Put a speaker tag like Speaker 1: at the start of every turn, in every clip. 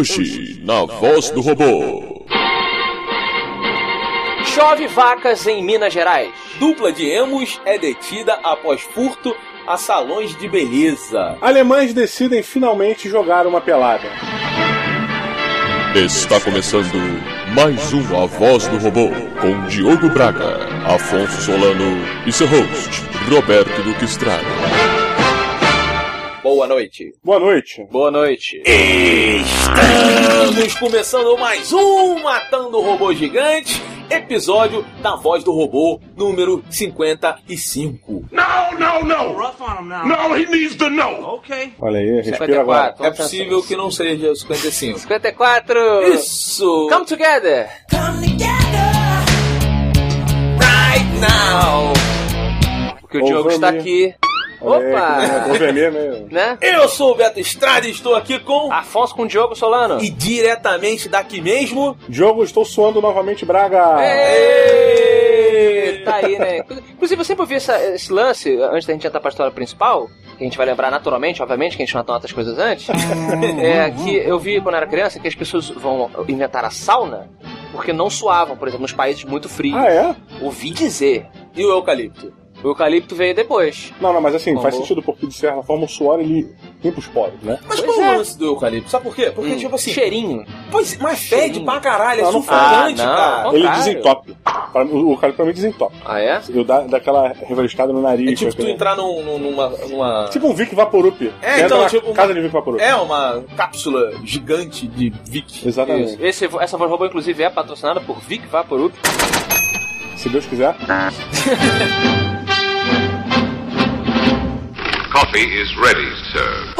Speaker 1: Hoje, na voz do robô.
Speaker 2: Chove vacas em Minas Gerais.
Speaker 3: Dupla de emos é detida após furto a salões de beleza.
Speaker 4: Alemães decidem finalmente jogar uma pelada.
Speaker 1: Está começando mais um A Voz do Robô com Diogo Braga, Afonso Solano e seu host, Roberto Duque Estrada.
Speaker 2: Boa noite.
Speaker 4: Boa noite.
Speaker 2: Boa noite.
Speaker 3: Estamos começando mais um Matando o Robô Gigante, episódio da Voz do Robô número 55.
Speaker 5: No, no, no!
Speaker 6: rough on him now.
Speaker 5: No, he needs to know!
Speaker 6: Okay.
Speaker 4: Olha aí, respira agora.
Speaker 2: 54.
Speaker 3: É possível que não seja o 55.
Speaker 2: 54.
Speaker 3: Isso!
Speaker 2: Ah. Come together.
Speaker 3: right now!
Speaker 2: Porque o Diogo
Speaker 4: Over
Speaker 2: está
Speaker 4: me.
Speaker 2: aqui.
Speaker 4: Olha aí,
Speaker 2: Opa!
Speaker 4: que Vou vermelho, né?
Speaker 2: Né?
Speaker 3: Eu sou o Beto Estrada e estou aqui com...
Speaker 2: Afonso com o Diogo Solano.
Speaker 3: E diretamente daqui mesmo...
Speaker 4: Diogo, estou suando novamente, Braga.
Speaker 2: Ê, Tá aí, né? Inclusive, eu sempre ouvi essa- esse lance, antes da gente entrar pra história principal, que a gente vai lembrar naturalmente, obviamente, que a gente não anota as coisas antes. é que eu vi quando era criança que as pessoas vão inventar a sauna porque não suavam, por exemplo, nos países muito frios.
Speaker 4: Ah, é?
Speaker 2: Ouvi dizer.
Speaker 3: E o Eucalipto?
Speaker 2: O eucalipto veio depois.
Speaker 4: Não, não, mas assim,
Speaker 2: Bom,
Speaker 4: faz
Speaker 2: bom.
Speaker 4: sentido, porque de certa forma o suor ele limpa os poros, né?
Speaker 3: Mas
Speaker 2: Pois
Speaker 3: qual
Speaker 2: é.
Speaker 3: o lance do Eucalipto? Sabe por quê? Porque,
Speaker 2: Hum,
Speaker 3: tipo assim...
Speaker 2: Cheirinho.
Speaker 3: Pois, mas fede
Speaker 2: Cheirinho.
Speaker 3: pra caralho, é
Speaker 4: Não, não
Speaker 3: sufocante,
Speaker 2: fede. Ah, não.
Speaker 3: cara.
Speaker 2: Ao
Speaker 4: ele
Speaker 2: contrário.
Speaker 4: desentope. Pra mim, O o cara pra mim desentope.
Speaker 2: Ah, é?
Speaker 4: Eu dá, dá aquela revelistada no nariz.
Speaker 3: É tipo tu
Speaker 4: aquele-
Speaker 3: entrar num- num- numa, numa-
Speaker 4: Tipo um Vic Vaporup. É,
Speaker 3: então,
Speaker 4: na
Speaker 3: tipo-
Speaker 4: Casa de Vic Vaporup.
Speaker 3: É uma cápsula gigante de Vic.
Speaker 4: Exatamente.
Speaker 2: Isso. Esse, essa voz robô, inclusive, é patrocinada por Vic Vaporub.
Speaker 4: Se Deus quiser.
Speaker 5: Coffee is ready, sir.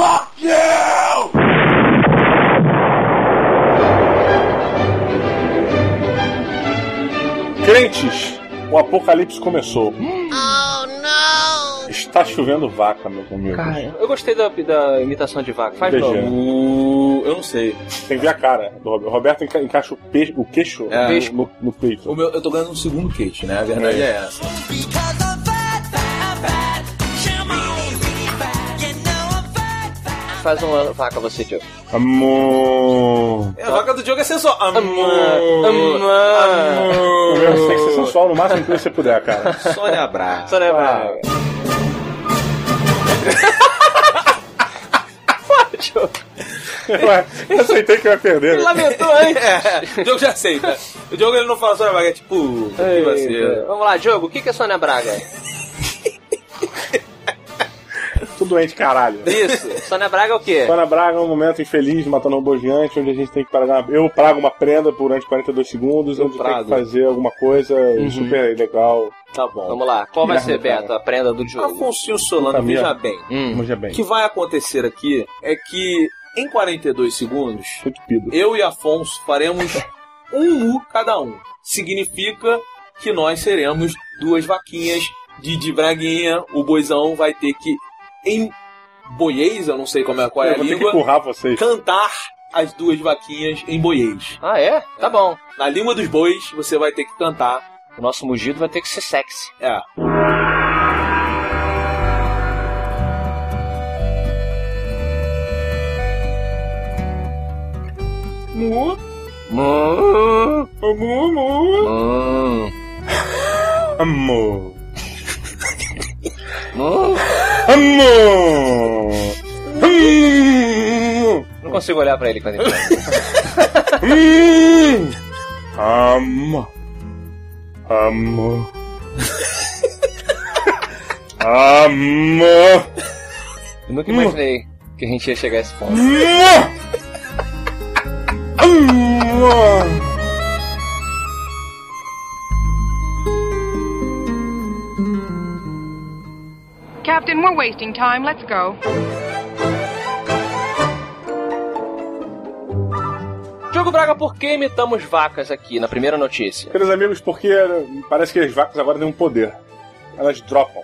Speaker 4: Crentes, o apocalipse começou. Oh, não! Está chovendo vaca, meu amigo.
Speaker 2: Eu gostei da, da imitação de vaca. Faz
Speaker 4: Veja.
Speaker 2: novo.
Speaker 3: O... Eu não sei.
Speaker 4: Tem que ver a cara do Roberto. O Roberto enca- encaixa o, pe- o queixo
Speaker 3: É,
Speaker 4: no- no, no peito.
Speaker 3: O meu, eu tô ganhando um segundo queixo, né? A verdade é, essa.
Speaker 2: Faz uma vaca você, Diogo.
Speaker 4: Amor.
Speaker 3: É, A vaca do jogo é sensual.
Speaker 2: Amor. Amor.
Speaker 4: O meu tem que ser sensual no máximo que você puder, cara.
Speaker 3: Sônia Braga.
Speaker 2: Só lembra.
Speaker 4: Eu, eu aceitei que eu ia perder. né?
Speaker 2: Lamentou, hein?
Speaker 3: É, o jogo já aceita. O jogo ele não fala Sônia Braga, é tipo... Que
Speaker 2: Eita.
Speaker 3: vacilo.
Speaker 2: Vamos lá, Diogo, o que que é Sônia Braga?
Speaker 4: Tô doente, caralho.
Speaker 2: Isso, Sônia Braga é o quê?
Speaker 4: Sônia Braga é um momento infeliz do Matando Robô Gigante, onde a gente tem que pagar uma... Eu prago uma prenda durante 42 segundos,
Speaker 3: Eu
Speaker 4: onde tem
Speaker 3: prago. Uhum.
Speaker 4: que fazer alguma coisa super legal.
Speaker 3: Tá bom.
Speaker 2: Vamos lá, qual vai
Speaker 4: Merda,
Speaker 2: ser,
Speaker 4: cara.
Speaker 2: Beto, a prenda do Diogo?
Speaker 3: Afonso Solano,
Speaker 4: Família.
Speaker 3: veja bem.
Speaker 2: Hum.
Speaker 4: Mas é bem.
Speaker 3: O que vai acontecer aqui é que em 42 segundos
Speaker 4: Tô tupido.
Speaker 3: eu e Afonso faremos um U cada um. Significa que nós seremos duas vaquinhas de, de braguinha. O boizão vai ter que, em boiês, eu não sei como é, qual é a
Speaker 4: eu vou ter que
Speaker 3: língua,
Speaker 4: empurrar vocês.
Speaker 3: cantar as duas vaquinhas em boiês.
Speaker 2: Ah, é? Tá bom.
Speaker 3: Na língua dos bois, você vai ter que cantar.
Speaker 2: O nosso mugido vai ter que ser sexy.
Speaker 3: É.
Speaker 2: Mu,
Speaker 4: Amor,
Speaker 2: mu,
Speaker 4: amor. Amor.
Speaker 2: mu.
Speaker 4: Amor. Amor.
Speaker 2: Não consigo olhar pra ele quando ele tá. fala.
Speaker 4: Hum. Amor. Amor. Amor.
Speaker 2: Eu nunca imaginei que a gente ia chegar a esse ponto.
Speaker 4: Amor. Amor.
Speaker 7: Captain, we're wasting time. Let's go.
Speaker 2: Diogo Braga, por que imitamos vacas aqui na primeira notícia?
Speaker 4: Queridos amigos, porque parece que as vacas agora têm um poder. Elas dropam.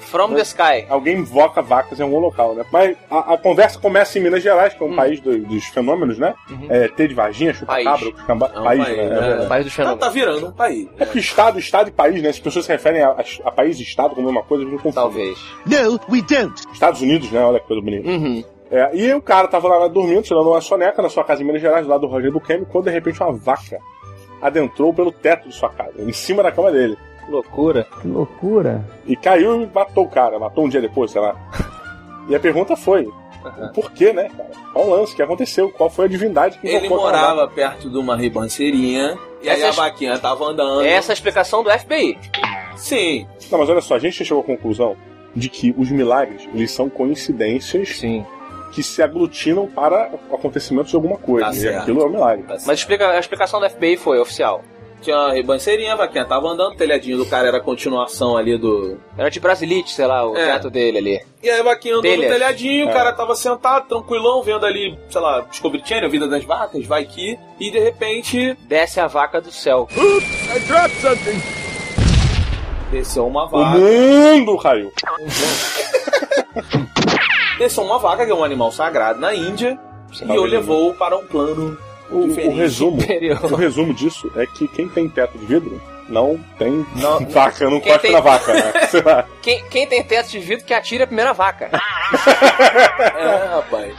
Speaker 2: From the Sky.
Speaker 4: alguém invoca vacas em algum local, né? Mas a, a conversa começa em Minas Gerais, que é um país do- dos fenômenos, né? É, T de Varginha,
Speaker 2: País.
Speaker 4: chupa-cabra, camba-
Speaker 3: É um
Speaker 4: país,
Speaker 3: país,
Speaker 4: né?
Speaker 3: né?
Speaker 4: É verdade.
Speaker 2: País do
Speaker 3: Tá,
Speaker 2: Xenon.
Speaker 3: tá virando um país.
Speaker 4: É porque estado, estado e país, né? As pessoas se referem a, a- a país e estado como uma coisa, eu não confundo.
Speaker 2: Talvez.
Speaker 8: No, we don't.
Speaker 4: Estados Unidos, né? Olha que coisa bonita.
Speaker 2: Uhum.
Speaker 4: É, e o cara tava lá dormindo, tirando uma soneca na sua casa em Minas Gerais, do lado do Roger do Kemi, quando de repente uma vaca adentrou pelo teto de sua casa, em cima da cama dele.
Speaker 2: Loucura.
Speaker 6: Que loucura.
Speaker 4: E caiu e matou o cara, matou um dia depois, sei lá. E a pergunta foi: por que, né, cara? Qual o lance? O que aconteceu? Qual foi a divindade que
Speaker 3: Ele
Speaker 4: invocou aquela vaca?
Speaker 3: morava perto de uma ribanceirinha. E aí a
Speaker 2: Essas-
Speaker 3: vaquinha tava andando.
Speaker 2: Essa é a explicação do FBI.
Speaker 3: Sim.
Speaker 4: Não, mas olha só, a gente chegou à conclusão de que os milagres, eles são coincidências
Speaker 2: Sim.
Speaker 4: que se aglutinam para acontecimentos de alguma coisa.
Speaker 3: Tá
Speaker 4: e
Speaker 3: certo.
Speaker 4: aquilo é um milagre.
Speaker 2: Mas explica- a explicação do FBI foi oficial.
Speaker 3: Tinha uma ribanceirinha, a vaquinha tava andando, o telhadinho do cara era a continuação ali do.
Speaker 2: Era de Brasilite, sei lá, o
Speaker 3: É.
Speaker 2: teto dele ali.
Speaker 3: E aí a vaquinha andou
Speaker 2: Telhas.
Speaker 3: no telhadinho,
Speaker 4: É.
Speaker 3: o cara tava sentado, tranquilão, vendo ali, sei lá, Discovery Channel, Vida das Vacas, vai que. E de repente
Speaker 2: Desce a vaca do céu.
Speaker 3: desceu uma
Speaker 4: O
Speaker 3: vaca.
Speaker 4: mundo caiu.
Speaker 3: Desceu uma vaca, que é um animal sagrado na Índia, e o
Speaker 4: Talvez
Speaker 3: levou para um plano
Speaker 4: O, o
Speaker 3: diferente.
Speaker 4: resumo,
Speaker 2: Superior.
Speaker 4: o resumo disso é que quem tem teto de vidro não tem
Speaker 2: Não-
Speaker 4: vaca, não
Speaker 2: Quem
Speaker 4: corta
Speaker 2: tem-
Speaker 4: na vaca, né? Sei lá.
Speaker 2: Quem, quem tem teto de vidro que atira a primeira vaca.
Speaker 3: É, rapaz.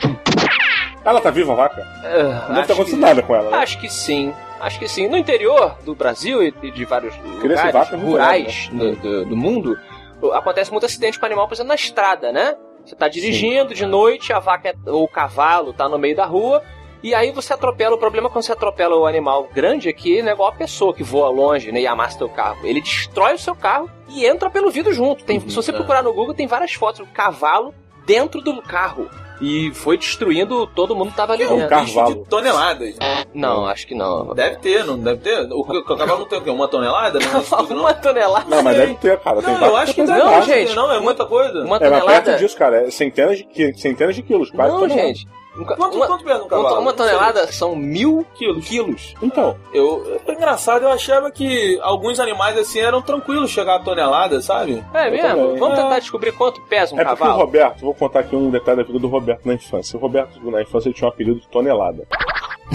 Speaker 4: Ela tá viva a vaca?
Speaker 2: Ah,
Speaker 4: Não deve ter
Speaker 2: acho,
Speaker 4: acontecido nada com ela, né?
Speaker 2: acho que sim. Acho que sim. No interior do Brasil e e de vários lugares
Speaker 4: vaca é muito
Speaker 2: rurais do, do- do mundo, o- acontece muito acidente com animal, por exemplo, na estrada, né? Você tá dirigindo de noite, a vaca é- ou o cavalo tá no meio da rua, e aí você atropela. O problema quando você atropela o animal grande é que ele é igual a pessoa que voa longe né, e amassa teu carro. Ele destrói o seu carro e entra pelo vidro junto. Tem, se você
Speaker 3: é.
Speaker 2: procurar no Google, tem várias fotos do cavalo dentro do carro. E foi destruindo todo mundo que tava ali
Speaker 4: É um
Speaker 2: dentro.
Speaker 4: carro
Speaker 3: Bicho
Speaker 4: Cavalo.
Speaker 3: de toneladas.
Speaker 2: Não, acho que não.
Speaker 3: Deve ter, não deve ter? O, o cavalo não tem o quê? Uma tonelada? Não, isso tudo, não?
Speaker 2: Uma tonelada.
Speaker 4: Não, mas deve ter, cara. tem
Speaker 3: Não,
Speaker 4: vaca
Speaker 3: eu acho que
Speaker 4: tem
Speaker 3: deve.
Speaker 2: não,
Speaker 4: vaca.
Speaker 3: Não,
Speaker 2: gente.
Speaker 3: gente. Não, é muita coisa.
Speaker 2: Uma
Speaker 4: É, mas perto
Speaker 2: tonelada.
Speaker 4: disso, cara, é centenas de, qui- centenas de quilos, quase
Speaker 2: Não,
Speaker 4: todo mundo.
Speaker 2: gente. Um ca-
Speaker 3: Quanto,
Speaker 2: uma,
Speaker 3: quanto pesa um
Speaker 2: uma
Speaker 3: cavalo?
Speaker 2: to- uma
Speaker 3: Não sei.
Speaker 2: tonelada são mil quilos.
Speaker 4: Então,
Speaker 3: Eu, é engraçado, eu achava que alguns animais assim eram tranquilos chegar a tonelada, sabe?
Speaker 2: É mesmo?
Speaker 4: também.
Speaker 2: Vamos tentar descobrir quanto pesa um
Speaker 4: é porque o
Speaker 2: cavalo.
Speaker 4: Roberto, vou contar aqui um detalhe da vida do Roberto na infância. O Roberto, na infância, ele tinha um apelido de tonelada.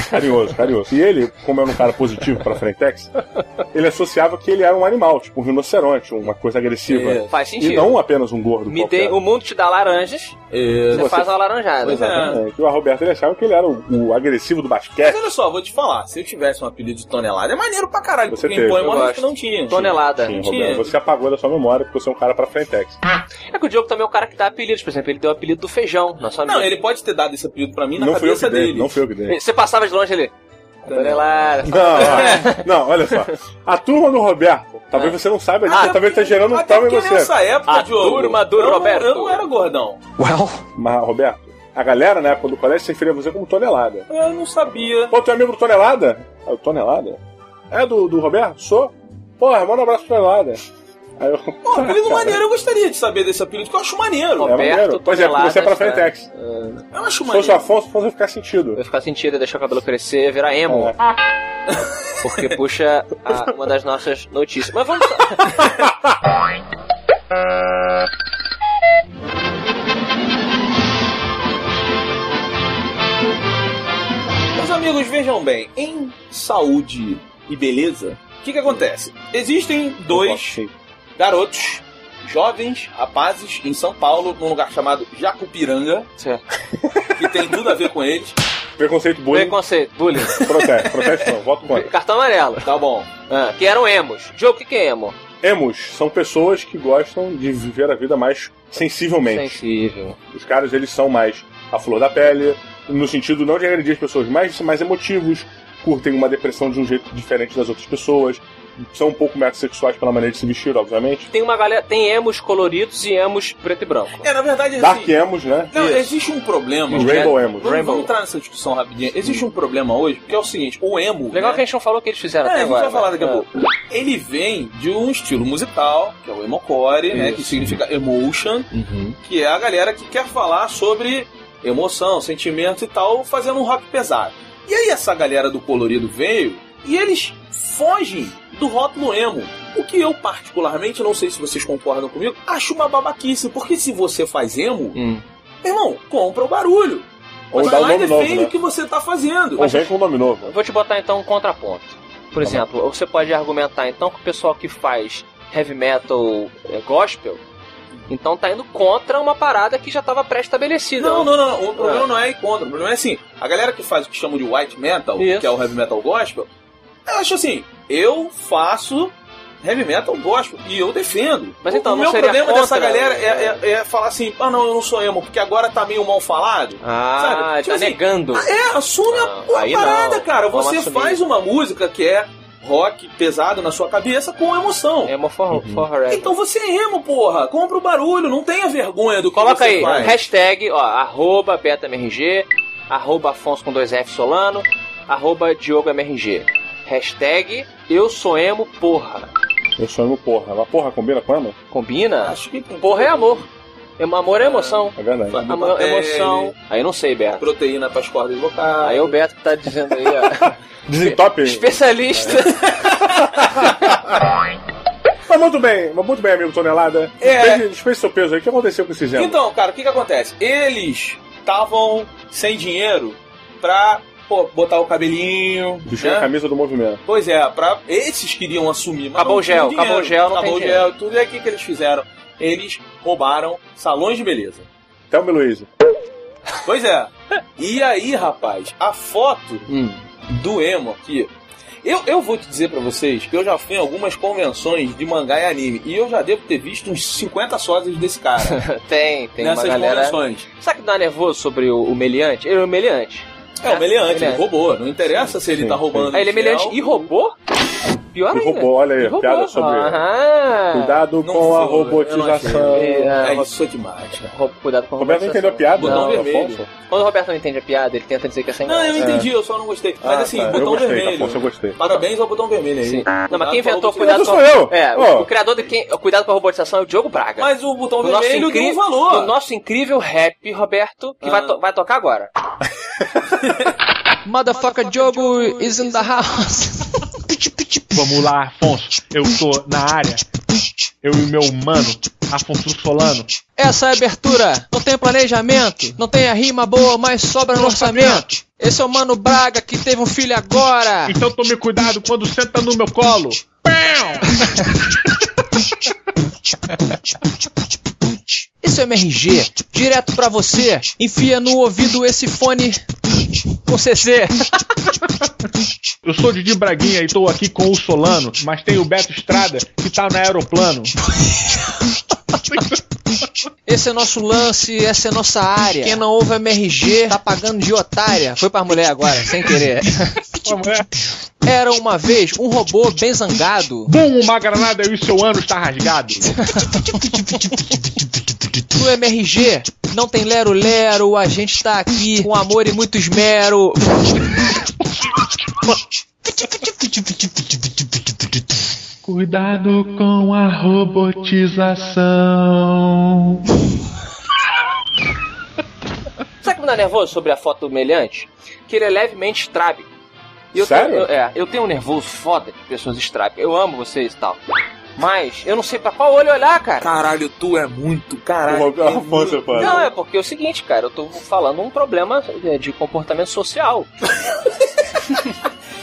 Speaker 4: Carinhoso, carinhoso. E ele, como era um cara positivo pra Frentex, ele associava que ele era um animal, tipo um rinoceronte, uma coisa agressiva.
Speaker 3: É.
Speaker 2: Faz
Speaker 4: E
Speaker 2: sentido.
Speaker 4: não apenas um gordo
Speaker 2: Me
Speaker 4: qualquer.
Speaker 2: dê- o mundo te dá laranjas,
Speaker 3: É.
Speaker 2: você,
Speaker 4: você-
Speaker 2: faz uma laranjada.
Speaker 3: Pois é.
Speaker 4: Exatamente. E o Roberto ele achava que ele era o, o agressivo do
Speaker 3: Mas
Speaker 4: basquete.
Speaker 3: olha só, vou te falar, se eu tivesse um apelido de tonelada, é maneiro pra caralho,
Speaker 4: Você
Speaker 3: porque
Speaker 4: teve,
Speaker 3: impõe
Speaker 4: eu
Speaker 3: uma
Speaker 2: gosto.
Speaker 3: coisa que não tinha.
Speaker 2: Tonelada.
Speaker 4: Sim,
Speaker 3: Tinha. Ah,
Speaker 4: Roberto, você apagou da sua memória porque você é um cara pra Frentex.
Speaker 2: É que o Diogo também é o cara que dá apelidos, por exemplo. Ele deu o apelido do feijão, nosso amigo.
Speaker 3: Não, ele pode ter dado esse apelido pra mim na
Speaker 4: Não foi eu que
Speaker 3: cabeça
Speaker 4: dei,
Speaker 3: dele.
Speaker 4: não foi eu que dei.
Speaker 2: Você passava de longe ele. Tonelada.
Speaker 4: Não, não, olha só. A turma do Roberto, talvez você não saiba disso,
Speaker 3: Até
Speaker 4: talvez tá
Speaker 3: porque-
Speaker 4: gerando um
Speaker 3: É. Ah, até
Speaker 4: trauma em
Speaker 3: porque
Speaker 4: você.
Speaker 3: nessa época,
Speaker 2: A
Speaker 3: Diogo,
Speaker 2: turma do
Speaker 3: eu não-
Speaker 2: Roberto.
Speaker 3: eu não era gordão.
Speaker 4: Mas, Roberto, a galera na época do colégio se referia a você como tonelada.
Speaker 3: Eu não sabia.
Speaker 4: Pô, tu é amigo do tonelada? É o tonelada? É do, do Roberto? Sou? Porra, manda um abraço pro tonelada. Aí eu.
Speaker 3: Pô, apelido maneiro, eu gostaria de saber desse apelido, que eu acho maneiro.
Speaker 4: É maneiro.
Speaker 2: Roberto,
Speaker 4: Pois é, porque você é pra
Speaker 2: tonelada,
Speaker 4: Frentex.
Speaker 3: Eu acho
Speaker 4: Se fosse o
Speaker 3: maneiro.
Speaker 4: Afonso, Afonso ia ficar sentido.
Speaker 2: Vai ficar sentido deixar o cabelo crescer, virar emo.
Speaker 4: É.
Speaker 2: Porque puxa a- uma das nossas notícias. Mas vamos.
Speaker 3: Meus amigos, vejam bem, em saúde e beleza, o que que acontece? Existem dois
Speaker 4: Sim.
Speaker 3: garotos, jovens, rapazes, em São Paulo, num lugar chamado Jacupiranga,
Speaker 2: Certo.
Speaker 3: que tem tudo a ver com eles.
Speaker 4: Preconceito bullying.
Speaker 2: Preconceito, bullying,
Speaker 4: Protesto, protesto não, voto contra.
Speaker 2: cartão amarelo.
Speaker 3: Tá bom.
Speaker 2: Ah, que eram emos. Diogo, o que, que é emo?
Speaker 4: Emos são pessoas que gostam de viver a vida mais sensivelmente.
Speaker 2: Sensível.
Speaker 4: Os caras, eles são mais à flor da pele, no sentido não de agredir as pessoas, mas de ser mais emotivos, curtem uma depressão de um jeito diferente das outras pessoas, são um pouco mais sexuais pela maneira de se vestir, obviamente.
Speaker 2: Tem uma galera. Tem emos coloridos e emos preto e branco.
Speaker 3: É, na verdade,
Speaker 4: Dark
Speaker 3: assim,
Speaker 4: Emos, né?
Speaker 3: não,
Speaker 2: Isso.
Speaker 3: existe um problema.
Speaker 2: Rainbow
Speaker 4: Rainbow
Speaker 3: Vamos-
Speaker 4: Emos.
Speaker 3: Vamos,
Speaker 2: Rainbow.
Speaker 3: entrar nessa discussão rapidinho. Existe um problema hoje, que é o seguinte, o emo...
Speaker 2: Legal que a
Speaker 3: né?
Speaker 2: gente não falou o que eles fizeram
Speaker 3: É, a
Speaker 2: até
Speaker 3: gente
Speaker 2: agora.
Speaker 3: vai falar
Speaker 2: né?
Speaker 3: daqui a pouco. Ele vem de um estilo musical, que é o emocore, né, que significa emotion,
Speaker 4: Uhum.
Speaker 3: que é a galera que quer falar sobre emoção, sentimento e tal, fazendo um rock pesado. E aí essa galera do colorido veio e eles fogem do rótulo emo. O que eu particularmente, não sei se vocês concordam comigo, acho uma babaquice, porque se você faz emo,
Speaker 2: Hum.
Speaker 3: irmão, compra o barulho.
Speaker 4: Ou
Speaker 3: Vai
Speaker 4: dá um
Speaker 3: lá e
Speaker 4: nome novo,
Speaker 3: defende
Speaker 4: né?
Speaker 3: o que você tá fazendo.
Speaker 4: Ou vem com um nome
Speaker 2: Eu
Speaker 4: novo.
Speaker 2: vou te botar então um contraponto. Por exemplo, você pode argumentar então que o pessoal que faz heavy metal eh, é, gospel Então tá indo contra uma parada que já tava pré-estabelecida.
Speaker 3: Não, não, não, não. O problema não é ir contra. O problema é assim, a galera que faz o que chamam de white metal,
Speaker 2: Isso.
Speaker 3: que é o heavy metal gospel, ela acha assim, eu faço heavy metal gospel e eu defendo.
Speaker 2: Mas
Speaker 3: O-
Speaker 2: então,
Speaker 3: o
Speaker 2: não
Speaker 3: meu
Speaker 2: seria
Speaker 3: problema
Speaker 2: contra?
Speaker 3: dessa galera é, é- é falar assim, ah não, eu não sou emo, porque agora tá meio mal falado.
Speaker 2: Ah,
Speaker 3: Sabe? Tipo
Speaker 2: tá
Speaker 3: assim,
Speaker 2: negando.
Speaker 3: Ah, É, assume
Speaker 2: Não,
Speaker 3: a porra
Speaker 2: aí
Speaker 3: parada,
Speaker 2: não.
Speaker 3: cara.
Speaker 2: Vamos
Speaker 3: Você
Speaker 2: assumir.
Speaker 3: faz uma música que é rock pesado na sua cabeça com emoção.
Speaker 2: É uma for, for her.
Speaker 3: Então você é emo, porra. Compra o barulho, não tenha vergonha do que
Speaker 2: Coloca
Speaker 3: você
Speaker 2: aí,
Speaker 3: faz.
Speaker 2: hashtag, ó, arroba BetaMRG, arroba Afonso com dois F Solano, arroba Diogo MRG. Hashtag eu sou emo, porra.
Speaker 4: Eu sou emo porra. Mas porra combina com emo?
Speaker 2: Combina?
Speaker 3: Acho que tem.
Speaker 2: Porra é amor. Emo- Amor é emoção.
Speaker 4: É verdade.
Speaker 3: Faz meu
Speaker 2: Amor,
Speaker 3: papel,
Speaker 2: emoção. Aí eu não sei, Beto.
Speaker 3: Proteína pras cordas vocais.
Speaker 2: Aí o Beto que tá dizendo aí, ó.
Speaker 4: Desentope.
Speaker 2: Especialista.
Speaker 4: Mas muito bem, mas muito bem, amigo Tonelada.
Speaker 3: É.
Speaker 4: Despeje, despeje seu peso aí. O que aconteceu com esses emo?
Speaker 3: Então, cara, o que que acontece? Eles estavam sem dinheiro pra pô, botar o cabelinho.
Speaker 4: Vestiu a
Speaker 3: né?
Speaker 4: camisa do movimento.
Speaker 3: Pois é, pra... esses queriam assumir, mas
Speaker 2: Acabou
Speaker 3: não
Speaker 2: o gel,
Speaker 3: tinham dinheiro.
Speaker 2: acabou o gel, não
Speaker 3: acabou
Speaker 2: tem
Speaker 3: o gel, tudo. E aí o que, que eles fizeram? Eles roubaram salões de beleza.
Speaker 4: Thelma e Luiz.
Speaker 3: Pois é. E aí, rapaz, a foto
Speaker 4: Hum.
Speaker 3: do emo aqui. Eu, eu vou te dizer pra vocês que eu já fui em algumas convenções de mangá e anime. E eu já devo ter visto uns 50 sósias desse cara
Speaker 2: tem, tem
Speaker 3: nessas
Speaker 2: uma galera...
Speaker 3: convenções.
Speaker 2: Sabe que dá nervoso sobre o, o meliante? Ele é um meliante.
Speaker 3: É, o meliante, ele
Speaker 2: Meliante.
Speaker 3: roubou. Não interessa se ele
Speaker 4: sim,
Speaker 3: tá
Speaker 4: sim.
Speaker 3: roubando.
Speaker 2: Aí ele é
Speaker 3: infiel.
Speaker 2: meliante e roubou? Pior
Speaker 4: E
Speaker 2: ainda.
Speaker 4: roubou, olha aí,
Speaker 2: E roubou.
Speaker 4: piada sobre-
Speaker 2: Aham.
Speaker 4: Cuidado
Speaker 3: É, não
Speaker 4: com a
Speaker 3: foi,
Speaker 4: robotização.
Speaker 2: eu não achei.
Speaker 3: É, isso é demais, cara.
Speaker 2: Rou- Cuidado com a
Speaker 4: Roberto não entendeu a piada,
Speaker 3: Botão
Speaker 4: não,
Speaker 3: vermelho.
Speaker 4: Afonso?
Speaker 2: Quando o Roberto não entende a piada, ele tenta dizer que é sem
Speaker 3: Não,
Speaker 2: graça.
Speaker 3: eu entendi, eu só não gostei. Mas
Speaker 4: Ah,
Speaker 3: assim,
Speaker 4: tá. Eu
Speaker 3: botão
Speaker 4: gostei,
Speaker 3: vermelho.
Speaker 4: Afonso, eu gostei.
Speaker 3: Parabéns ao botão vermelho aí.
Speaker 2: Sim. Não, mas quem
Speaker 3: Cuidado com
Speaker 2: inventou
Speaker 3: a
Speaker 2: Cuidado
Speaker 4: Esse
Speaker 2: com...
Speaker 4: sou eu.
Speaker 2: É, o-
Speaker 4: Ó.
Speaker 2: o criador de quem... o Cuidado com a robotização é o Diogo Braga.
Speaker 3: Mas o botão
Speaker 2: Do nosso
Speaker 3: vermelho
Speaker 2: incri-
Speaker 3: deu um valor.
Speaker 2: do nosso incrível rap, Roberto, que
Speaker 3: Ah.
Speaker 2: vai, to- vai tocar agora.
Speaker 6: Motherfucker Jogo is in the house.
Speaker 8: Vamos lá, Afonso. Eu tô na área. Eu e o meu mano, Afonso Solano.
Speaker 6: Essa é a abertura. Não tem planejamento, não tem a rima boa, mas sobra no orçamento. Esse é o Mano Braga que teve um filho agora.
Speaker 8: Então tome cuidado quando senta tá no meu colo. Pão!
Speaker 6: Isso é MRG, direto pra você. Enfia no ouvido esse fone com CC.
Speaker 8: Eu sou Didi Braguinha e tô aqui com o Solano, mas tem o Beto Estrada que tá no aeroplano.
Speaker 6: Esse é nosso lance, essa é nossa área. Quem não ouve MRG tá pagando de otária. Foi pra mulher agora, sem querer.
Speaker 8: Como é?
Speaker 6: Era uma vez um robô bem zangado.
Speaker 8: Bum, uma granada e o seu ano está rasgado.
Speaker 6: No MRG não tem lero-lero, a gente tá aqui com amor e muito esmero.
Speaker 8: Cuidado com a robotização.
Speaker 2: Sabe que me dá nervoso sobre a foto do meliante? Que ele é levemente estrábico. E eu
Speaker 4: Sério?
Speaker 2: Tenho, eu- é, eu tenho um nervoso foda de pessoas estrábicas. Eu amo vocês e tal. Mas eu não sei pra qual olho olhar, cara.
Speaker 3: Caralho, tu é muito,
Speaker 4: O
Speaker 3: caralho.
Speaker 4: Roberto
Speaker 3: é muito-
Speaker 4: Afonso, pô.
Speaker 2: Não, é porque é o seguinte, cara, eu tô falando um problema é, de comportamento social.